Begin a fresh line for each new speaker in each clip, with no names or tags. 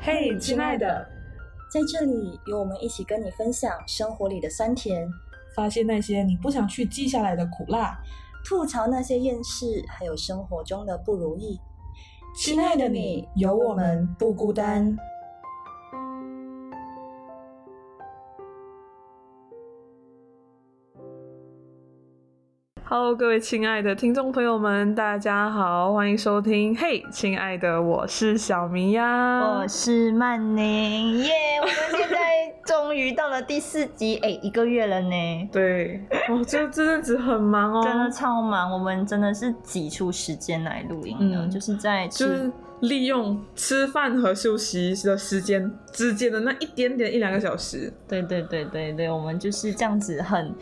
嘿，亲爱的，
嗯在这里有我们一起跟你分享生活里的酸甜，
发现那些你不想去记下来的苦辣。
吐槽那些厌世，还有生活中的不如意。
亲爱的你，有我们不孤单。Hello，各位亲爱的听众朋友们，大家好，欢迎收听。嘿，亲爱的，我是小明呀。
我是曼宁，耶、我们现在终于到了第四集，哎、一个月了呢，
对，哦我这这阵子很忙哦，
真的超忙，我们真的是挤出时间来录音的，
嗯
就是在
就
吃
是利用吃饭和休息的时间之间的那一点点一两个小时。
对对对对对，我们就是这样子很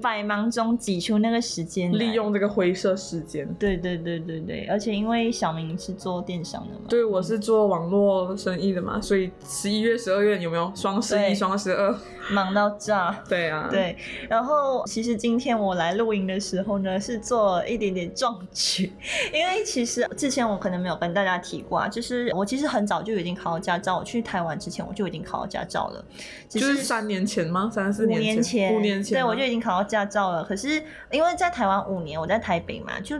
百忙中挤出那个时间，
利。用这个灰色时间。
对对对对对，而且因为小明是做电商的嘛，
对，我是做网络生意的嘛，所以十一月、十二月有没有双十一、
对
双十二？
忙到炸。
对啊，，
对，然后其实今天我来录音的时候呢，是做了一点点壮举，因为其实之前我可能没有跟大家提过啊，就是我其实很早就已经考到驾照，我去台湾之前我就已经考到驾照了，只
就是三年前吗？三四
五年
年
前，
五年前啊
对
吗，
我就已经考到驾照了。可是因为在台湾五年，我在台北嘛，就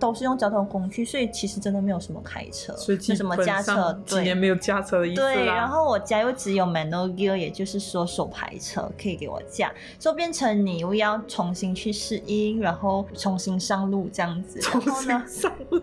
都是用交通工具，所以其实真的没有什么开车，
所以基
没呃什么
本
驾车
上，几
对
年。没有驾车的意思啦。
对，然后我家又只有 manual gear，也就是说手排车可以给我驾，所以变成你又要重新去适应，然后重新上路这样 子。
重
然后呢
新，上路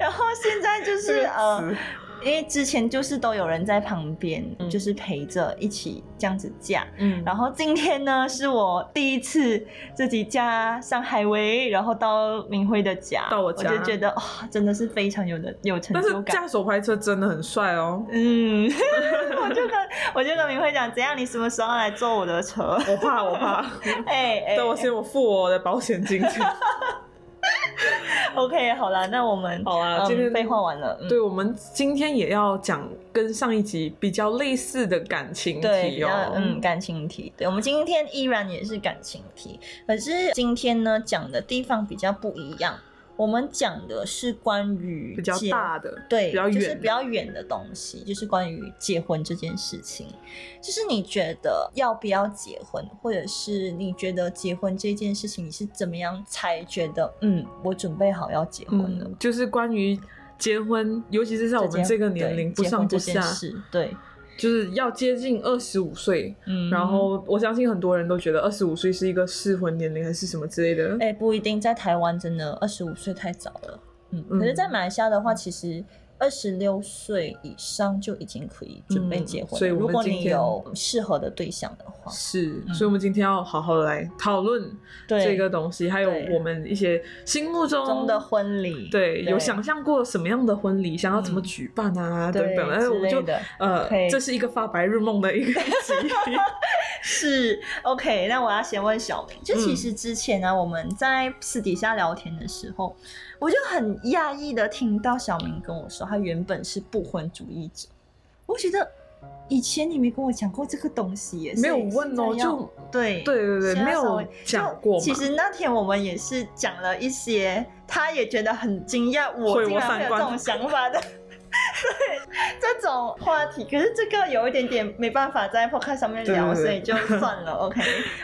然后现在就
这
是
个
呃，
词
因为之前就是都有人在旁边，
嗯
就是陪着一起这样子驾。
嗯，
然后今天呢，是我第一次自己驾上海威，然后到明辉的家，
到我家
我就觉得哇、真的是非常有的有成
但
就是感。。
驾手牌车真的很帅哦
嗯，我就跟我就跟明辉讲，怎样你什么时候来坐我的车？
我怕，我怕。
哎哎
等我先，我付我的保险 金先。
，OK，好啦，那我们
好啊
嗯
今天
废话完了，嗯
对，我们今天也要讲跟上一集比较类似的感情
对，
题
比较
哦。
嗯，感情题。对，我们今天依然也是感情题，可是今天呢讲的地方比较不一样，我们讲的是关于
比较
结
大的，
对，
比较
就是
远
比较远的东西，就是关于结婚这件事情。就是你觉得要不要结婚，或者是你觉得结婚这件事情，你是怎么样才觉得嗯，我准备好要结婚了？
嗯，就是关于结婚，尤其是在我
这件
们这个年龄不
对
上不
结
下
婚这件，事，对，
就是要接近二十五岁。
嗯
然后我相信很多人都觉得二十五岁是一个适婚年龄，还是什么之类的。
哎、不一定，在台湾真的二十五岁太早了，嗯，
嗯
可是，在马来西亚的话，其实。二十六岁以上就已经可以准备
嗯
结婚了、
所以我
如
们
果
今
你
天
有适合的对象的话，
是，
嗯
所以我们今天要好好的来讨论
对
这个东西，还有
对
我们一些心目中
中的婚礼，
哦对，有想象过什么样的婚礼，想要怎么
嗯
举办啊，
对
等等。哎，
之
我们就
类的
呃
OK
这是一个发白日梦的一个 集。
是 OK，那我要先问小平，就
嗯
其实之前呢、我们在私底下聊天的时候，我就很讶异的听到小明跟我说，他原本是不婚主义者。我觉得以前你没跟我讲过这个东西耶，
没有
所以
问哦
现在要
就
对
对对对
现在
没有
稍微
讲过嘛
啊就其实那天我们也是讲了一些，他也觉得很惊讶，
毁
我
我
竟然
三
会有这
观
种想法的。 这种话题，可是这个有一点点没办法在 podcast 上面聊，
对
所
对
以
对
就算了，OK，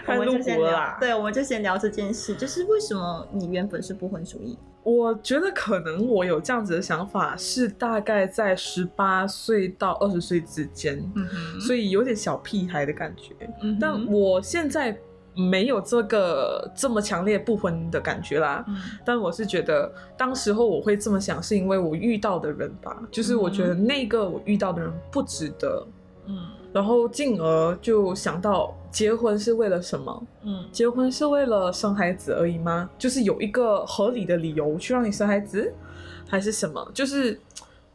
我
太
们就
露
先
骨了
聊
啦，
对，我们就先聊这件事，就是为什么你原本是不婚主义？
我觉得可能我有这样子的想法，是大概在十八岁到二十岁之间，
嗯哼
所以有点小屁孩的感觉。
嗯哼
但我现在没有这个这么强烈不婚的感觉啦。
嗯
但我是觉得，当时候我会这么想，是因为我遇到的人吧，就是我觉得那个我遇到的人不值得，
嗯
然后进而就想到结婚是为了什么？
嗯
结婚是为了生孩子而已吗？就是有一个合理的理由去让你生孩子，还是什么？就是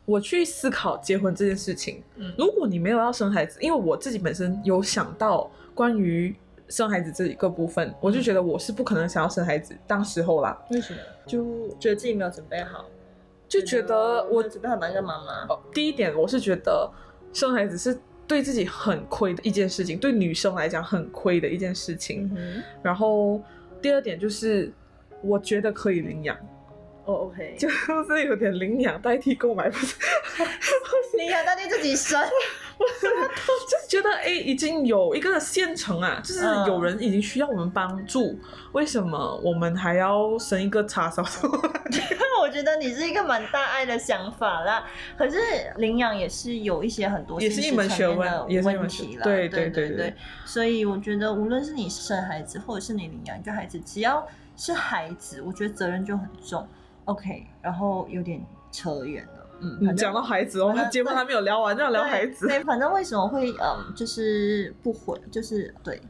我去思考结婚这件事情。
嗯
如果你没有要生孩子，因为我自己本身有想到关于生孩子这一个部分，我就觉得我是不可能想要生孩子。当时候啦，
为什么
就
觉得自己没有准备好？
就觉得我
没有准备好当个妈妈？
呃第一点，我是觉得生孩子是对自己很亏的一件事情，对女生来讲很亏的一件事情。
嗯哼
然后第二点就是，我觉得可以领养，
哦，OK，就
就是有点领养代替购买，不 是，
你养到你自己生，
就是觉得哎、诶已经有一个现成啊，就是
嗯
有人已经需要我们帮助，为什么我们还要生一个叉烧？
我觉得你是一个蛮大爱的想法啦。可是领养也是有一些很多
也是
现
一
实
门
层
学
面
问
的
也是一门
问
学
题啦。
对
对
对
对
对对
所以我觉得，无论是你生孩子，或者是你领养一个孩子，只要是孩子，我觉得责任就很重。OK，然后有点扯远了。嗯，反
你
正
讲到孩子哦
反 正，
结婚还没有聊完，就要聊
对
孩子。
对，反正为什么会嗯，就是不婚，就是对，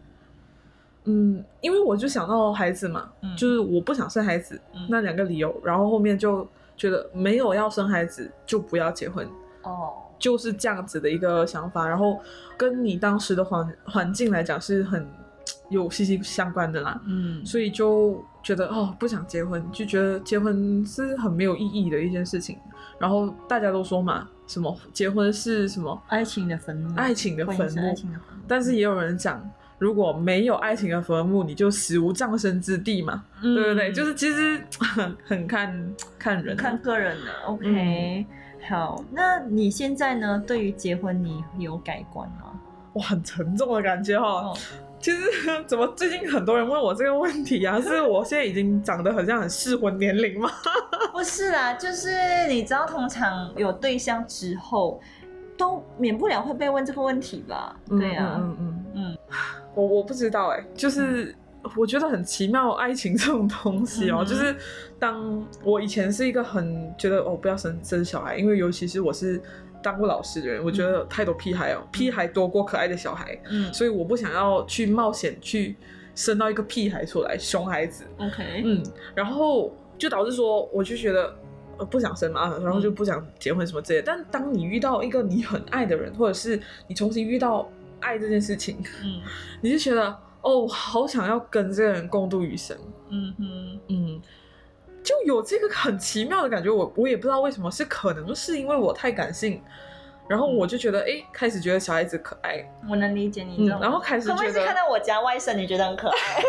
嗯，因为我就想到孩子嘛，
嗯
就是我不想生孩子、
嗯
那两个理由，然后后面就觉得没有要生孩子就不要结婚，
哦，
就是这样子的一个想法。然后跟你当时的环环境来讲是很有息息相关的啦，
嗯
所以就觉得哦不想结婚，就觉得结婚是很没有意义的一件事情。然后大家都说嘛，什么结婚是什么
爱情的坟墓，
爱情的
嗯婚姻
坟
是爱
墓，
情的坟墓，
但是也有人讲，如果没有爱情的坟墓，你就死无葬身之地嘛，
嗯
对不对？就是其实 很很看看人啊，
看个人嗯的。OK，、好，那你现在呢？对于结婚，你有改观吗？
哇，很沉重的感觉哈、
哦，
其实 怎么最近很多人问我这个问题啊？是我现在已经长得很像很适婚年龄吗？
不哦是啦，就是你知道，通常有对象之后，都免不了会被问这个问题吧？对呀、
嗯嗯
嗯
嗯， 我我不知道哎、就是。我觉得很奇妙，爱情这种东西哦，
嗯
就是当我以前是一个很觉得哦不要生生小孩，因为尤其是我是当过老师的人，我觉得太多屁孩哦，屁孩多过可爱的小孩，
嗯
所以我不想要去冒险去生到一个屁孩出来，熊孩子，
，OK，
嗯，然后就导致说，我就觉得呃不想生嘛，然后就不想结婚什么之类的。但当你遇到一个你很爱的人，或者是你重新遇到爱这件事情，
嗯
你就觉得哦，好想要跟这个人共度余生，
嗯哼，
嗯。就有这个很奇妙的感觉，我我也不知道为什么，是可能是因为我太感性，然后我就觉得，哎、开始觉得小孩子可爱，
我能理解你
嗯
这，种。
然后开始
可不可以
觉
是
得
看到我家外甥，你觉得很可爱？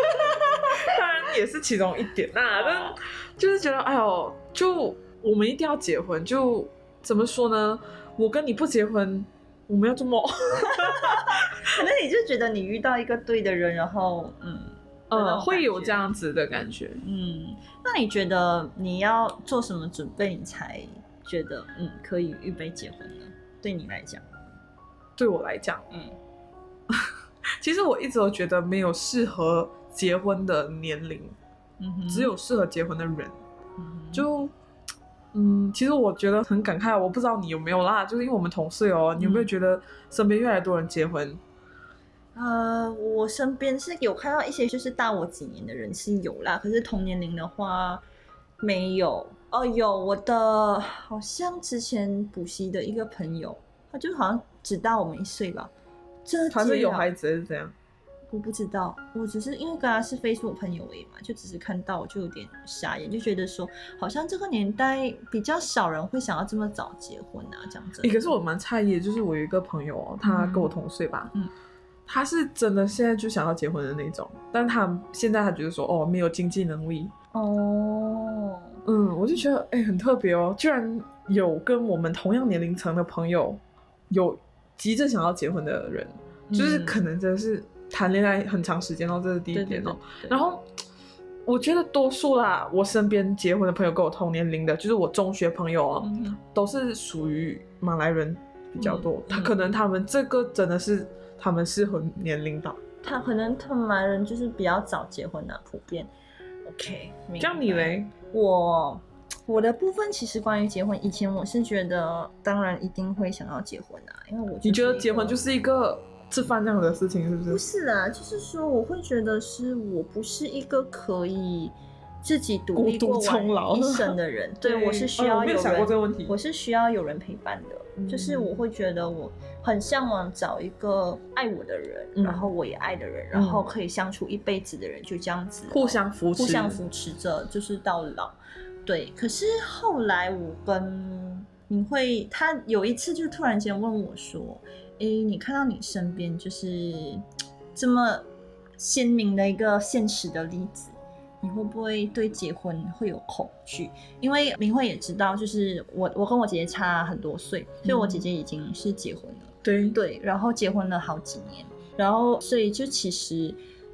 当然也是其中一点啦、但就是觉得，哎呦，就我们一定要结婚，就怎么说呢？我跟你不结婚，我们要做梦。
可能你就觉得你遇到一个对的人，然后嗯那种
嗯，会有
感觉
这样子的感觉。
嗯，那你觉得你要做什么准备，你才觉得嗯可以预备结婚呢？对你来讲，
对我来讲，
嗯，
其实我一直都觉得没有适合结婚的年龄，
嗯哼
只有适合结婚的人。
嗯哼
就，嗯，其实我觉得很感慨，我不知道你有没有啦，就是因为我们同事哦，你有没有
嗯啊
觉得身边越来越多人结婚？
呃，我身边是有看到一些就是大我几年的人是有啦，可是同年龄的话没有。哦，有我的好像之前补习的一个朋友，他就好像只大我们一岁吧，这
他是有
孩。
孩子还是怎样？
我不知道，我只是因为跟他是 Facebook 朋友而已嘛，就只是看到我就有点傻眼，就觉得说好像这个年代比较少人会想要这么早结婚啊，这样子。
欸，可是我蛮诧异的，就是我有一个朋友哦，他跟我同岁吧，
嗯
他是真的现在就想要结婚的那种，但他现在他觉得说哦没有经济能力，
哦，
嗯，我就觉得哎、欸很特别哦，居然有跟我们同样年龄层的朋友有急着想要结婚的人，就是
嗯
可能真的是谈恋爱很长时间哦，这是第一
对对
点哦，
对，对
然后我觉得多数啦，我身边结婚的朋友跟我同年龄的，就是我中学朋友哦，
嗯哼
都是属于马来人比较多。
嗯
他
嗯
可能他们这个真的是他们适合年龄吧。
他可能他们马来人就是比较早结婚啊，普遍。OK，明
这样你
白
嘞？
我我的部分其实关于结婚，以前我是觉得当然一定会想要结婚啊，因为我
你觉得结婚就
是一个。
是一个吃饭这样的事情，是不是？
不是啦，就是说我会觉得是我不是一个可以自己独
孤
立
独
过
终老
完一生的 人，对我是需
哎
要
我没
有
有想过这
人，
个问题。嗯
我是需要有人陪伴的。就是我会觉得我很向往找一个爱我的人，
嗯
然后我也爱的人，然后可以相处一辈子的人，就这样子
互相扶持，
互相扶持着，就是到老。对，可是后来我跟明慧，她有一次就突然间问我说：“诶，你看到你身边就是这么鲜明的一个现实的例子，你会不会对结婚会有恐惧？因为明慧也知道，就是我我跟我姐姐差很多岁，所以我姐姐已经是结婚了，
嗯对
对，然后结婚了好几年，然后所以就其实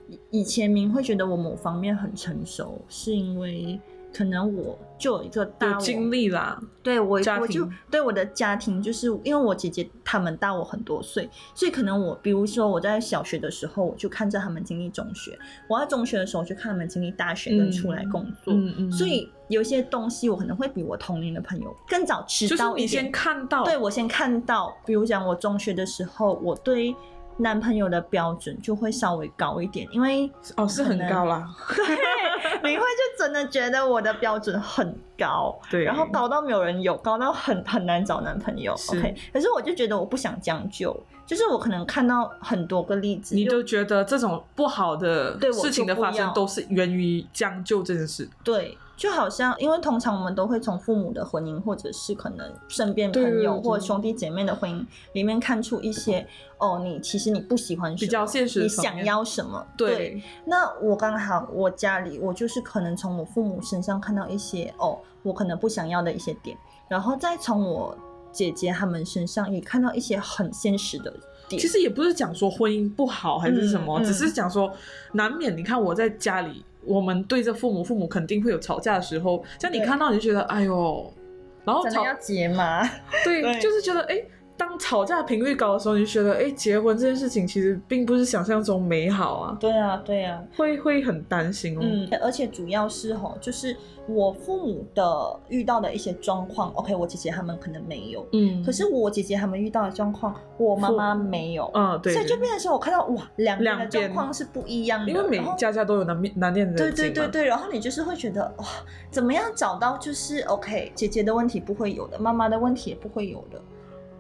以以前明慧觉得我某方面很成熟，是因为可能我就有一个大
有
我
经历啦，
对我
家，
我就
庭
对我的家庭，就是因为我姐姐她们大我很多岁，所以可能我，比如说我在小学的时候，我就看着他们经历中学；我在中学的时候，就看他们经历大学跟
嗯
出来工作。
嗯嗯，
所以有些东西，我可能会比我同龄的朋友更早知
就是
道一
你
点。
先看到，
对我先看到，比如讲我中学的时候，我对男朋友的标准就会稍微高一点，因为
哦是很
可能
高啦，
明慧就真的觉得我的标准很高。
对，
然后高到没有人有，高到很很难找男朋友。
是
OK，可是我就觉得我不想将就，就是我可能看到很多个例子，
你
就
就觉得这种不好的
对我
事情的发
就不要
生都是源于将就这件事，
对，就好像因为通常我们都会从父母的婚姻，或者是可能身边
对
朋友
对
或
对
兄弟姐妹的婚姻里面看出一些哦，你其实你不喜欢什
比
么，
较现实的
你
层
想
面
要什么？对，
对，
那我刚好我家里，我就是可能从我父母身上看到一些哦，我可能不想要的一些点，然后再从我姐姐她们身上也看到一些很现实的点。
其实也不是讲说婚姻不好还是什么，
嗯嗯
只是讲说难免。你看我在家里，我们对着父母，父母肯定会有吵架的时候，像你
对
看到你就觉得哎呦，然后
真的
吵
要结吗？
对，
对
就是觉得哎。当吵架频率高的时候，你就觉得，哎，结婚这件事情其实并不是想象中美好啊，
对啊，对啊，
会会很担心哦。
嗯，而且主要是吼，就是我父母的遇到的一些状况，OK，我姐姐她们可能没有，
嗯
可是我姐姐她们遇到的状况，我妈妈没有，
嗯，对，
所以就变成说我看到哇，两边
两
的
边
状况是不一样的，
因为每
然后
家家都有难面难念的
对
人
对
情
对
嘛
对，然后你就是会觉得哇，怎么样找到就是 OK，姐姐的问题不会有的，妈妈的问题也不会有的，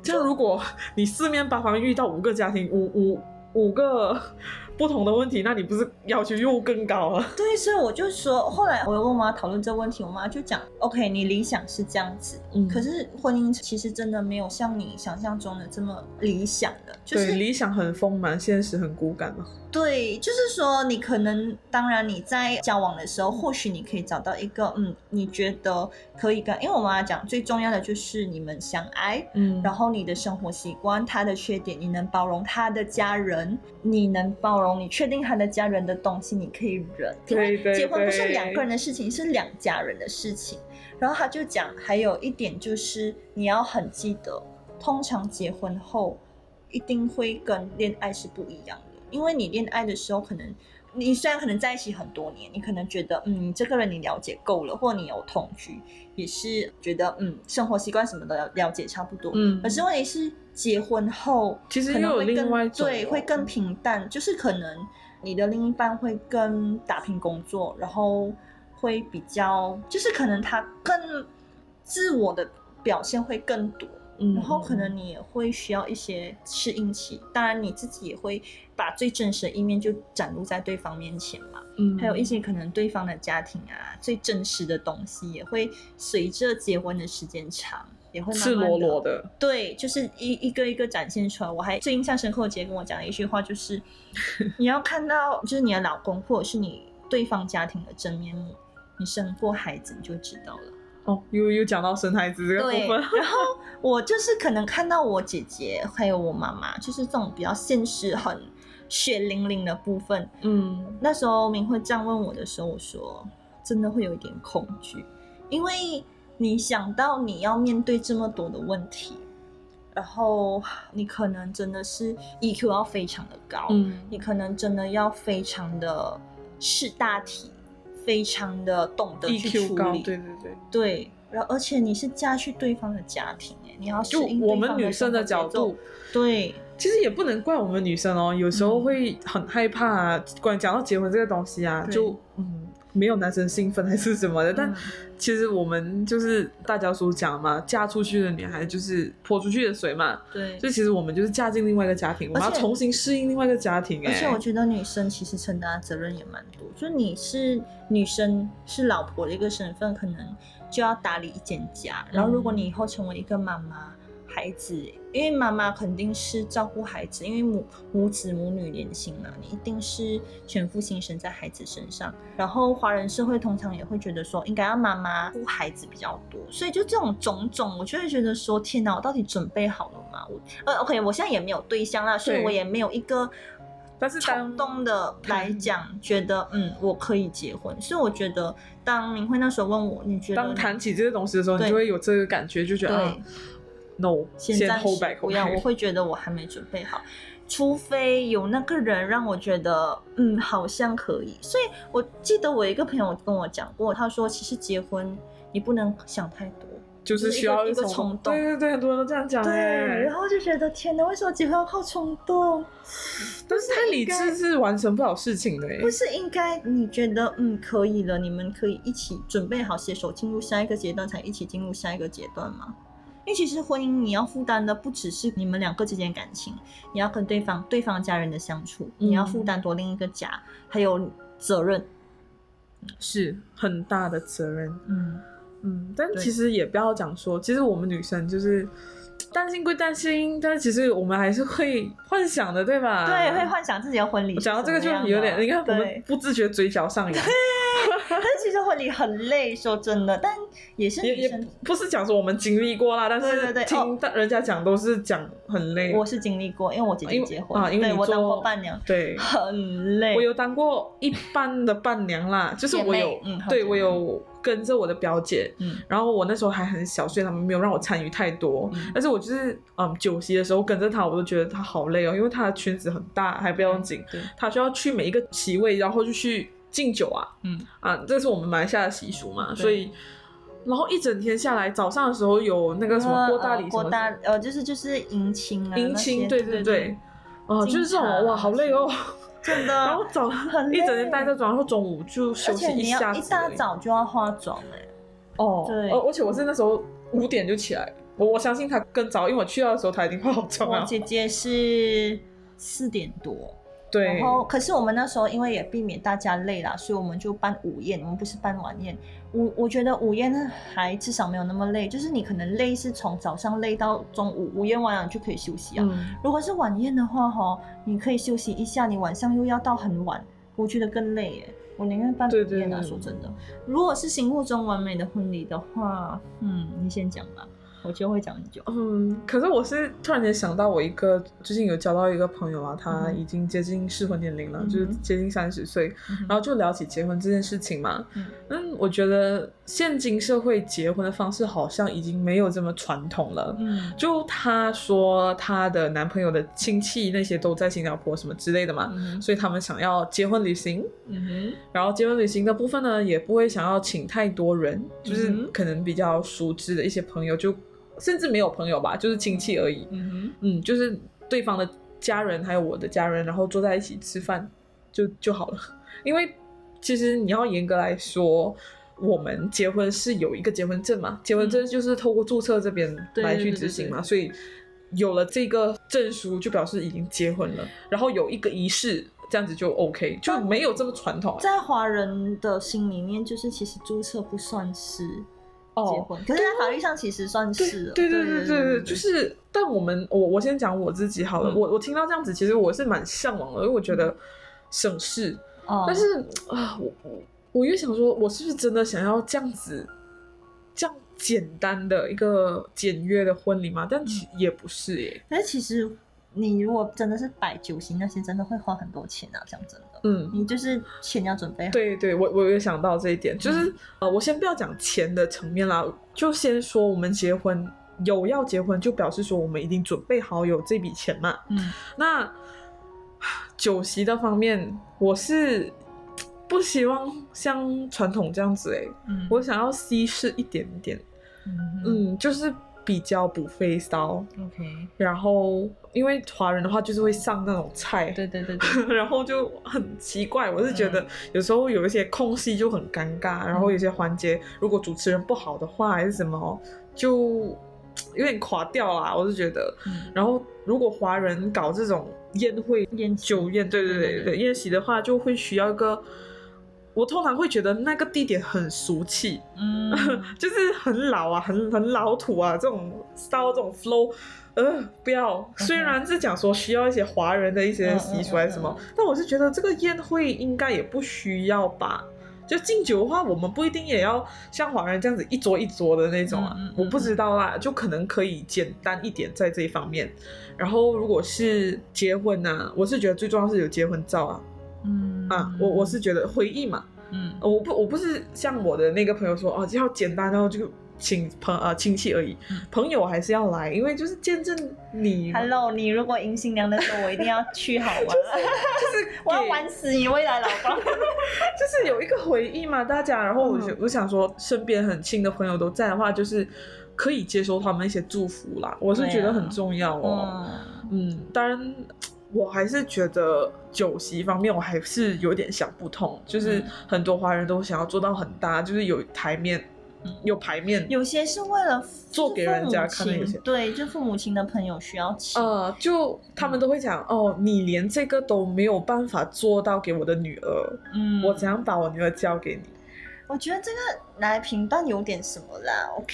这样，如果你四面八方遇到五个家庭，五五五个 不同的问题，那你不是要求又更高啊了？
对，所以我就说，后来我又问我妈讨论这个问题，我妈就讲 OK，你理想是这样子，
嗯
可是婚姻其实真的没有像你想象中的这么理想的，就
对，
是
理想很丰满，现实很骨感嘛。
对，就是说你可能，当然你在交往的时候，或许你可以找到一个，嗯，你觉得可以跟，因为我妈讲最重要的就是你们相爱，
嗯
然后你的生活习惯、他的缺点，你能包容他的家人，你能包容你确定他的家人的东西，你可以忍。因为
对对
结婚不是
对
两个人的事情，是两家人的事情。然后他就讲，还有一点就是你要很记得，通常结婚后一定会跟恋爱是不一样的，因为你恋爱的时候可能。你虽然可能在一起很多年，你可能觉得嗯，这个人你了解够了，或你有同居，也是觉得嗯，生活习惯什么的了了解差不多。
嗯
可是问题是，结婚后
其实
可能
又有
会更
另外一种
对，
哦
会更平淡，就是可能你的另一半会更打拼工作，然后会比较，就是可能他更自我的表现会更多，
嗯
然后可能你也会需要一些适应期，当然你自己也会把最真实的一面就展露在对方面前嘛。
嗯
还有一些可能对方的家庭啊，最真实的东西也会随着结婚的时间长，也会慢慢
赤裸裸
的，
的，
对，就是一一个一个展现出来。我还最印象深刻，我姐跟我讲的一句话就是，你要看到就是你的老公或者是你对方家庭的真面目，你生过孩子你就知道了。
哦，又又讲到生孩子这个
对，
部 分，
然后我就是可能看到我姐姐还有我妈妈，就是这种比较现实、很血淋淋的部分，
嗯，
那时候明慧这样问我的时候，我说真的会有一点恐惧，因为你想到你要面对这么多的问题，然后你可能真的是 EQ 要非常的高，
嗯
你可能真的要非常的识大体，非常的懂得去
，EQ
处
E 高，
理，
对对对。
对然后而且你是嫁去对方的家庭，哎，你要适
就
应
我
对
们
方
女生的
生
角
活节奏
度，，
对，
其实也不能怪我们女生哦，有时
嗯
候会很害怕啊。关讲到结婚这个东西啊，
对
就嗯，没有男生兴奋还是什么的。但
嗯
其实我们就是大家所讲嘛，嫁出去的女孩就是泼出去的水嘛。
对
所以其实我们就是嫁进另外一个家庭，我们要
而且
重新适应另外一个家庭、哎，
而且我觉得女生其实承担的责任也蛮多，就是你是女生是老婆的一个身份，可能就要打理一间家，然后如果你以后成为一个妈妈，孩子，因为妈妈肯定是照顾孩子，因为母母子母女连心嘛，你一定是全副心神在孩子身上。然后华人社会通常也会觉得说，应该要妈妈顾孩子比较多，所以就这种种种，我就会觉得说，天哪，我到底准备好了吗？我呃，OK，我现在也没有对象啦，所以
对
我也没有一个。
但是当
冲动的来讲，觉得嗯，我可以结婚，所以我觉得当明慧那时候问我，你觉得
当
你
谈起这些东西的时候，
对
你就会有这个感觉，就觉得
对
啊 no，
现
先
在
hold back，
不要，
hold back
我会觉得我还没准备好，除非有那个人让我觉得，嗯，好像可以。所以我记得我一个朋友跟我讲过，他说其实结婚你不能想太多，
就是需要
一个
种
一个冲动
对对对，很多人都这样讲
对，
哎，
然后就觉得天哪，为什么结婚要靠冲动？
但是太理智是完成不了事情的哎
不。是应该你觉得嗯可以了，你们可以一起准备好携手进入下一个阶段，才一起进入下一个阶段吗？因为其实婚姻你要负担的不只是你们两个之间的感情，你要跟对方、对方家人的相处，
嗯
你要负担多另一个家，还有责任。
是很大的责任。
嗯，
嗯，但
对
其实也不要讲说，其实我们女生就是担心归担心，但是其实我们还是会幻想的，对吧？
对，会。幻想自己的婚礼。
讲到这个就有点，你看我们
啊对，
不自觉嘴角上扬，
但是其实婚礼很累，说真的，但也是
也
女
也
生，
不是讲说我们经历过啦，但
对对
是
对哦
听到人家讲都是讲很累。
我是经历过，因为我姐姐
因为
结婚，
啊因为
对
你
我当
做
过伴娘，
对，
很累。
我有当过一般的伴娘 啦，就是我有
姐妹，嗯好姐
对
妹
我有跟着我的表姐，
嗯
然后我那时候还很小，所以他们没有让我参与太多。
嗯
但是我就是嗯，酒席的时候跟着她，我都觉得她好累哦，因为她的圈子很大，还不要紧，
嗯对，
她需要去每一个席位，然后就去敬酒啊
嗯
啊，这是我们马来西亚的习俗嘛，
对
所以。然后一整天下来，早上的时候有那个什么
呃
过大礼什
呃过
么
大呃，就是就是迎亲啊，
迎
那
亲，
些
对
对
对对，，啊，就是这
敬茶
种哇，好累哦。
真的。
然后早
很累
一整天待在床，然后中午就
而
休息
且你
下
要
子而
一
已。
大早就要化妆哎、
哦，
对
而而且我是那时候五点就起来，我我相信他更早，因为我去到的时候他已经化好妆
我
了。
姐姐是四点多，
对
然，后可是我们那时候因为也避免大家累啦，所以我们就办午宴，我们不是办晚宴。午我觉得午宴还至少没有那么累，就是你可能累是从早上累到中午，午宴完了你就可以休息啊。
嗯，
如果是晚宴的话，哈，你可以休息一下，你晚上又要到很晚，我觉得更累耶。我宁愿办
对
晚宴啊，
对对
说真的。如果是心目中完美的婚礼的话，嗯，你先讲吧，我就会讲很久。
嗯，可是我是突然间想到，我一个最近有交到一个朋友啊，他
嗯哼
已经接近适婚年龄了，
嗯哼
就是接近三十岁，然后就聊起结婚这件事情嘛。
嗯
嗯，我觉得现今社会结婚的方式好像已经没有这么传统了。
嗯
就她说她的男朋友的亲戚那些都在新加坡什么之类的嘛，
嗯
所以他们想要结婚旅行。
嗯
然后结婚旅行的部分呢，也不会想要请太多人，就是
嗯哼
可能比较熟知的一些朋友，就甚至没有朋友吧，就是亲戚而已。
嗯
嗯，就是对方的家人还有我的家人，然后坐在一起吃饭就就好了。因为其实你要严格来说，我们结婚是有一个结婚证嘛，结婚证就是透过注册这边
嗯对
来
对
去
对
执
对
行
对
嘛，所以有了这个证书就表示已经结婚了，然后有一个仪式，这样子就 OK，就没有这么传统、啊。
在华人的心里面，就是其实注册不算是结
哦，
婚，可是在法律上其实算
对
是哦了。
对对对对对，就是，但我们我我先讲我自己好了，
嗯
我我听到这样子，其实我是蛮向往的，因为我觉得省事，
哦
但是啊，我我我越想说，我是不是真的想要这样子，这样简单的一个简约的婚礼嘛？但其也不是耶，
可是其实你如果真的是摆酒席那些，真的会花很多钱啊，讲真的。
嗯，
你就是钱要准备好。
对对，我我有想到这一点，就是、呃，我先不要讲钱的层面啦，就先说我们结婚有要结婚，就表示说我们已经准备好有这笔钱嘛。
嗯，
那酒席的方面，我是不希望像传统这样子诶，
嗯
我想要西式一点点，
嗯
嗯，就是比较不费骚，
，OK，
然后因为华人的话就是会上那种菜，
对嗯对对 对，
然后就很奇怪，我是觉得有时候有一些空隙就很尴尬，然后有些环节如果主持人不好的话还是什么，就嘖有点垮掉啦，我是觉得。
嗯
然后如果华人搞这种宴会、
宴席
酒宴，对对
对
对
对
对，宴席的话就会需要一个。我通常会觉得那个地点很俗气，
嗯，
就是很老啊，很很老土啊，这种烧这种 flow，呃，不要。虽然是讲说需要一些华人的一些习俗还是什么
嗯嗯，
但我是觉得这个宴会应该也不需要吧。就敬酒的话，我们不一定也要像华人这样子一桌一桌的那种啊，
嗯嗯嗯
我不知道啦，就可能可以简单一点在这一方面。然后如果是结婚啊，我是觉得最重要是有结婚照啊
嗯
啊，我我是觉得回忆嘛，
嗯
呃我不我不是像我的那个朋友说哦，就要简单，然后就请朋呃亲戚而已
嗯，
朋友还是要来，因为就是见证你嘛
，Hello，你如果迎新娘的时候，我一定要去好玩，啊
就是
我要
给
玩死你未来老公。
就是有一个回忆嘛，大家。然后我
嗯
想、我想说，身边很亲的朋友都在的话，就是可以接收他们一些祝福啦，我是
对啊
觉得很重要哦。
嗯，
嗯，当然。我还是觉得酒席方面，我还是有点想不通，就是
嗯
很多华人都想要做到很大，就是有台面，有牌面，
嗯有些是为了
做给人家看的有些
父母亲对，就父母亲的朋友需要请。
呃，就他们都会讲哦，你连这个都没有办法做到给我的女儿，
嗯
我怎样把我女儿交给你？
我觉得这个拿来评断有点什么啦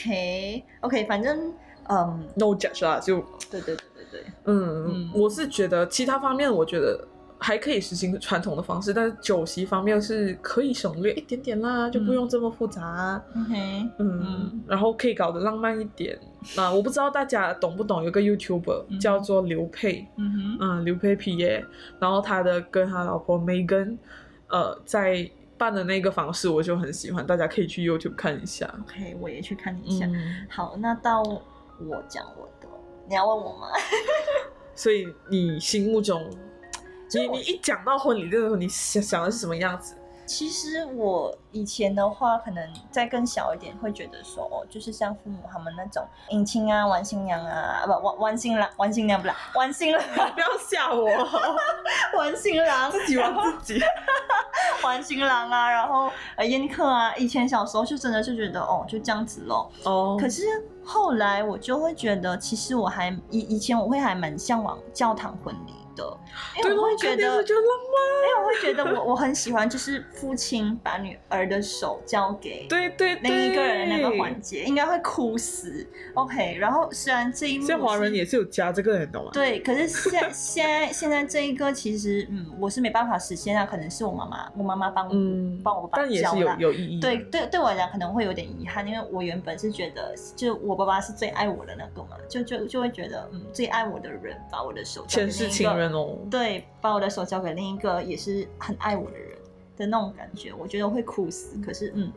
，OK OK，反正嗯，
No judge 啦，就
对对对对对，
嗯
嗯，
我是觉得其他方面，我觉得还可以实行传统的方式，但是酒席方面是可以省略一点点啦，就不用这么复杂。
，OK，
嗯，
嗯
然后可以搞得浪漫一点。啊，我不知道大家懂不懂，有个 YouTuber、
嗯
叫做刘佩，
嗯哼，
嗯，刘佩皮耶，然后他的跟他老婆 Megan，呃，在办的那个方式我就很喜欢，大家可以去 YouTube 看一下。
，OK，我也去看一下。
嗯，
好，那到我讲我的，你要问我吗？
所以你心目中，
就
你
我
你一讲到婚礼这个时候，你想想的是什么样子？
其实我以前的话，可能再更小一点，会觉得说，哦，就是像父母他们那种迎亲啊、玩新娘啊，啊不玩玩新郎、玩新娘不啦，玩新郎、
不要吓我，
玩新郎、
自己玩自己。
玩新郎啊，然后呃宴客啊。以前小时候就真的就觉得，哦，就这样子咯。
哦，
可是后来我就会觉得，其实我还以以前我会还蛮向往教堂婚礼的，因
对
为
咯，
我会
我
觉
看电
得
视就浪漫。
因为我会觉得我我很喜欢，就是父亲把女儿的手交给
对对对，
另一个人的那个环节，应该会哭死。OK，然后虽然这一幕
现在华人
是
也是有加这个人，你懂吗？
对，可是现在现在现在这一个其实嗯，我是没办法实现啊，可能是我妈妈，我妈妈帮我、
嗯，
帮我把
但
教
也是有
啦。
有意义的。
对对，对我来讲可能会有点遗憾，因为我原本是觉得，就我爸爸是最爱我的那个嘛，就就就会觉得，嗯，最爱我的人把我的手
前
交给另
世
一
情
个
人哦。
对，把我的手交给另一个也是很爱我的人的那种感觉，我觉得我会哭死。可是，嗯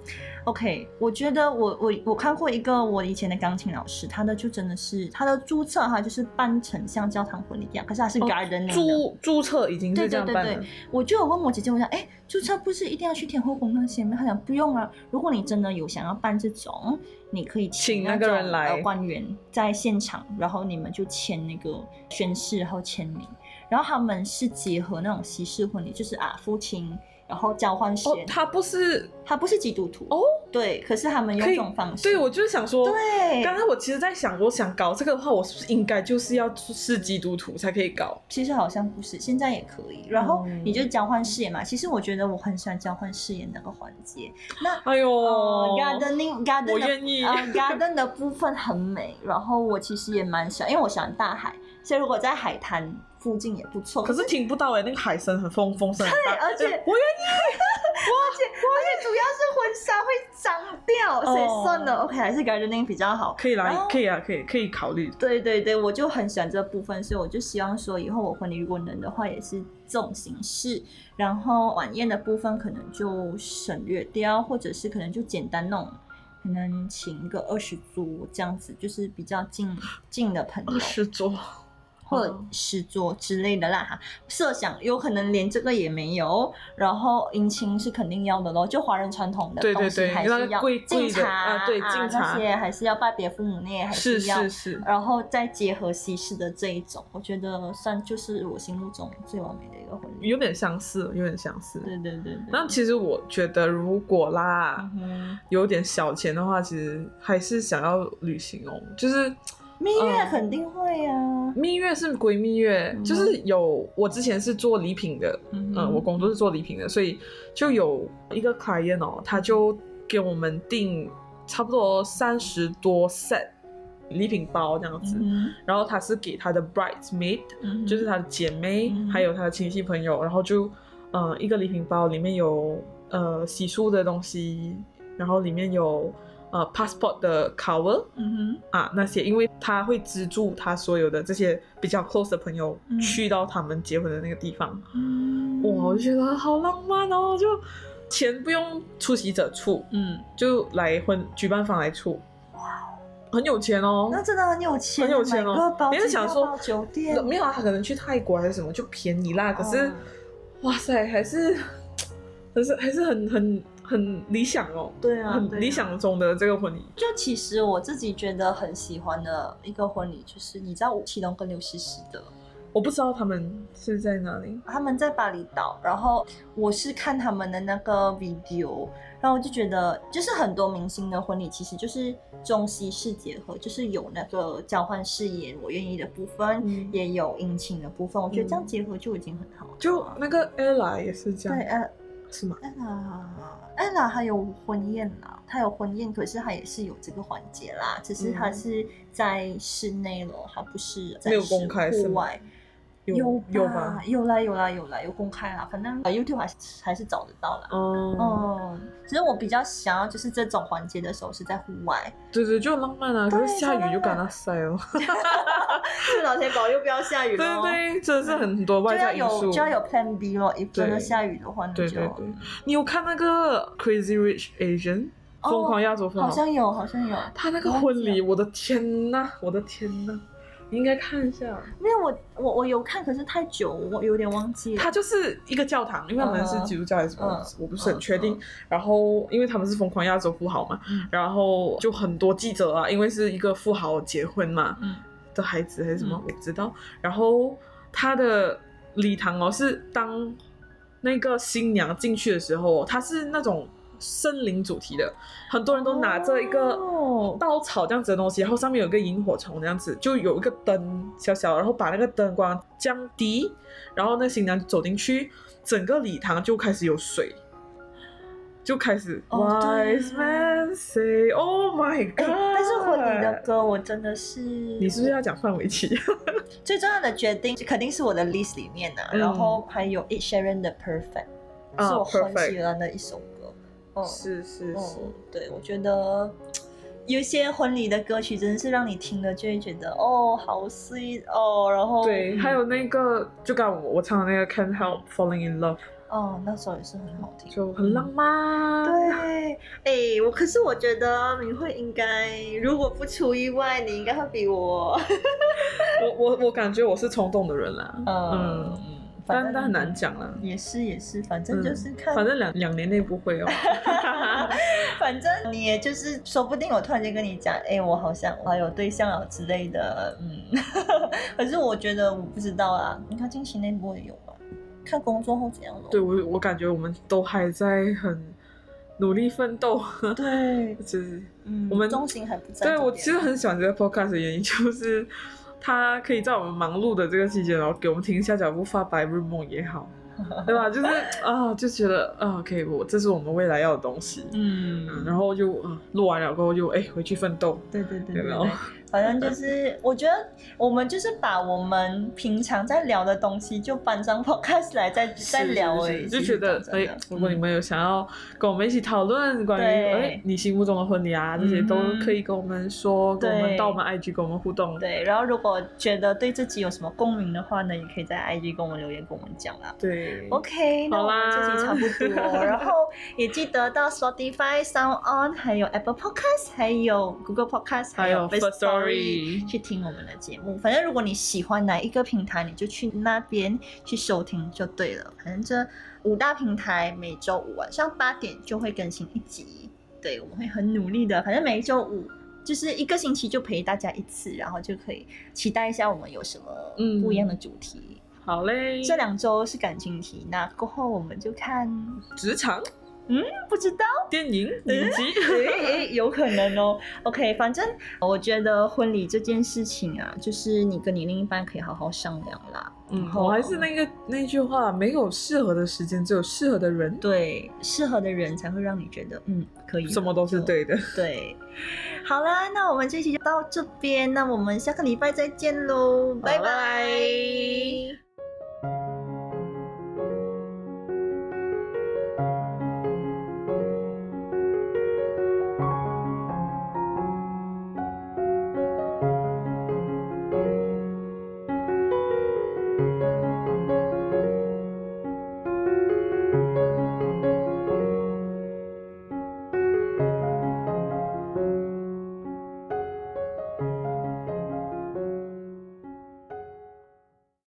，OK，我觉得我我我看过一个我以前的钢琴老师，他的就真的是他的注册哈，就是办成像教堂婚礼一样，可是他是
哦
gardening 的。
注注册已经
对
是这
对
样
对
办
对
了，，
我就有问我姐姐，我讲，哎，注册不是一定要去天后宫那些吗？她讲不用啊，如果你真的有想要办这种，你可以
请
那
那个
种
人来
呃官员在现场，然后你们就签那个宣誓，然后签名，然后他们是结合那种西式婚礼，就是啊父亲，然后交换学
哦，，他不是
他不是基督徒
哦，
对，可是他们用
可
这
以
种方式，
对，我就是想说，
对，
刚才我其实在想，我想搞这个的话，我是不是应该就是要是基督徒才可以搞？
其实好像不是，现在也可以。然后
嗯
你就交换誓言嘛，其实我觉得我很喜欢交换誓言那个环节，
哎呦，
哦，gardening garden，
我愿意
呃，garden 的部分很美，然后我其实也蛮喜欢，因为我喜欢大海，所以如果在海滩附近也不错。
可是听不到哎，那个海声很风风声很大，
对而且
哎我愿
而且主要是婚纱会脏掉，所以
哦
算了，OK，还是 gardening 比较好。
可以
然后
来，可以啊，可以可以考虑。
对对对，我就很喜欢这部分，所以我就希望说，以后我婚礼如果能的话，也是这种形式。然后晚宴的部分可能就省略掉，或者是可能就简单弄，可能请一个二十桌这样子，就是比较近近的朋友
二十桌，
或
哦
者十桌之类的啦哈。设想有可能连这个也没有，然后迎亲是肯定要的咯，就华人传统的
对对
东西
对
还
那
是
个
要
贵
敬
贵的
茶
啊对敬
那
茶
些还是要拜别父母那些还
是
要
是是，
然后再结合西式的这一种，我觉得算就是我心目中最完美的一个婚礼。
有点相似，有点相似。
对对对对。
那其实我觉得，如果啦，
嗯哼
有点小钱的话，其实还是想要旅行哦。就是
蜜月
嗯
肯定会呀、啊。
蜜月是鬼蜜月，
嗯
就是有我之前是做礼品的，
嗯
嗯，我工作是做礼品的，所以就有一个 client 哦，他就给我们订差不多三十多 set 礼品包这样子，
嗯
然后他是给他的 bridesmaid，、
哼
就是他的姐妹，
嗯
还有他的亲戚朋友，然后就呃一个礼品包里面有呃洗漱的东西，然后里面有呃 passport 的 cover，
嗯
啊那些，因为他会资助他所有的这些比较 close 的朋友、
嗯
去到他们结婚的那个地方，
哼，
哇，我就觉得好浪漫哦！就钱不用出席者出，
嗯，
就来婚举办方来出，很有钱哦。
那真的很有钱，
很有钱
买个
哦
包，
别人想
机票
说
包酒店
没有啊，他可能去泰国还是什么就便宜啦，可是、
哦
哇塞，还是 还是还是很很很理想哦，
对啊，对
很
啊
理想中的这个婚礼，
就其实我自己觉得很喜欢的一个婚礼，就是你知道吴奇隆跟刘诗诗的，
我不知道他们是在哪里，
他们在巴厘岛，然后我是看他们的那个 video，然后我就觉得，就是很多明星的婚礼其实就是中西式结合，就是有那个交换誓言我愿意的部分，
嗯
也有殷勤的部分，我觉得这样
嗯
结合就已经很好了。
就那个 ella 也是这
对，
样，
呃，
是吗？
艾拉，艾拉还有婚宴啦，她有婚宴，可是她也是有这个环节啦，只是她
嗯
是在室内咯，她不是在
没有公开
室
是
户
吗
外。
有
有
吧？？
有啦有啦有啦有公开啦，反正呃 YouTube 还是还是找得到啦。
哦，
嗯，只是我比较想要就是这种环节的时候是在户外，
对对，就浪漫啊！可是
对
下雨就
超浪
干
漫
那塞哦。
至少天保佑不要下雨
对
咯。
对对，真的是很多
就
外
要
在因
有
素
就。要有 Plan B 咯，一真的
对
下雨的话那就
对对对，你有看那个 Crazy Rich Asian
哦
疯狂亚洲富
好
豪？
像有好像有，
他那个婚礼，我的天呐，我的天呐！你应该看一下，
没有我我我有看，可是太久我有点忘记了。
他就是一个教堂，因为他们是基督教还是什么
嗯，
我不是很确
嗯
定。然后，因为他们是疯狂亚洲富豪嘛
嗯，
然后就很多记者啊，因为是一个富豪结婚嘛，
嗯
的孩子还是什么
嗯，
我不知道。然后他的礼堂哦，是当那个新娘进去的时候、哦，它是那种森林主题的，很多人都拿着一个
哦
稻草这样子的东西，然后上面有一个萤火虫那样子，就有一个灯小小的，然后把那个灯光降低，然后那新娘就走进去，整个礼堂就开始有水。就开始、
哦对
Wise man say, Oh my God！、
哎 但是婚礼的，歌我真的是你
你是不是要讲范玮琪？
最重要的决定肯定是我的 list 里面的、
嗯
然后还有 Ed Sheeran 的 Perfect，、
啊
是我很喜
，perfect
欢的一首歌。嗯，
是是是，
嗯，对，我觉得有一些婚礼的歌曲真的是让你听了就会觉得哦，好 sweet 哦，然后
对，
嗯
还有那个就刚我我唱的那个 Can't Help Falling in Love
哦，那首也是很好听。
就很浪漫，，
嗯对，哎，我可是我觉得你会应该，如果不出意外，你应该会比我，
我我我感觉我是冲动的人啦，
嗯
嗯，
嗯，反
但
正
但很难，讲啦，
也是也是，反正就是
嗯
看，
反正两两年内不 会哦，
反正你也就是，说不定我突然间跟你讲，哎、我好像我有对象了啊之类的，嗯， 可是我觉得我不知道啊，你看近期内部也有吧，看工作后怎样咯。
对我我感觉我们都还在很努力奋斗，
对，
就是
嗯，
我们
重心还不在这
对
边。
我其实很喜欢这个 podcast 的原因就是。它可以在我们忙碌的这个期间，然后给我们停下脚步，发白日梦也 好，对吧？就是啊，就觉得啊，OK，我这是我们未来要的东西。嗯，
嗯，
然后就啊录完了过后就哎回去奋斗，
对对对对
有没有
对，反正就是我觉得我们就是把我们平常在聊的东西就搬上 podcast 来再再
是
聊
是
而
是
已，
就
其
觉
实
得
讲真
哎
的，嗯
如果你们有想要跟我们一起讨论关于
对
哎你心目中的婚礼啊，这些
嗯
都
哼
可以跟我们说，跟我们
对
到我们 IG 跟我们互动。
对，然后如果觉得对自己有什么共鸣的话呢，也可以在 IG 跟我们留言，跟我们讲啦。
对
OK，那
好
我们这集
啦
差 不多，然后也记得到 Spotify、Sound On，还有 Apple Podcast，还有 Google Podcast，
还有
First
First Story
去听我们的节目。反正如果你喜欢哪一个平台，你就去那边去收听就对了。反正这五大平台每周五晚上八点就会更新一集，对，我们会很努力的。反正每一周五。就是一个星期就陪大家一次，然后就可以期待一下我们有什么
嗯
不一样的主题。
好嘞，
这两周是感情题，那过后我们就看
职场
不知道。
电影
嗯
影集，
诶有可能哦。OK，反正我觉得婚礼这件事情啊，就是你跟你另一半可以好好商量啦。
嗯，我还是那个那句话，没有适合的时间，只有适合的人。
对适合的人才会让你觉得嗯可以了，
什么都是
就
对的。
对。好啦，那我们这期就到这边，那我们下个礼拜再见喽，拜
好拜
拜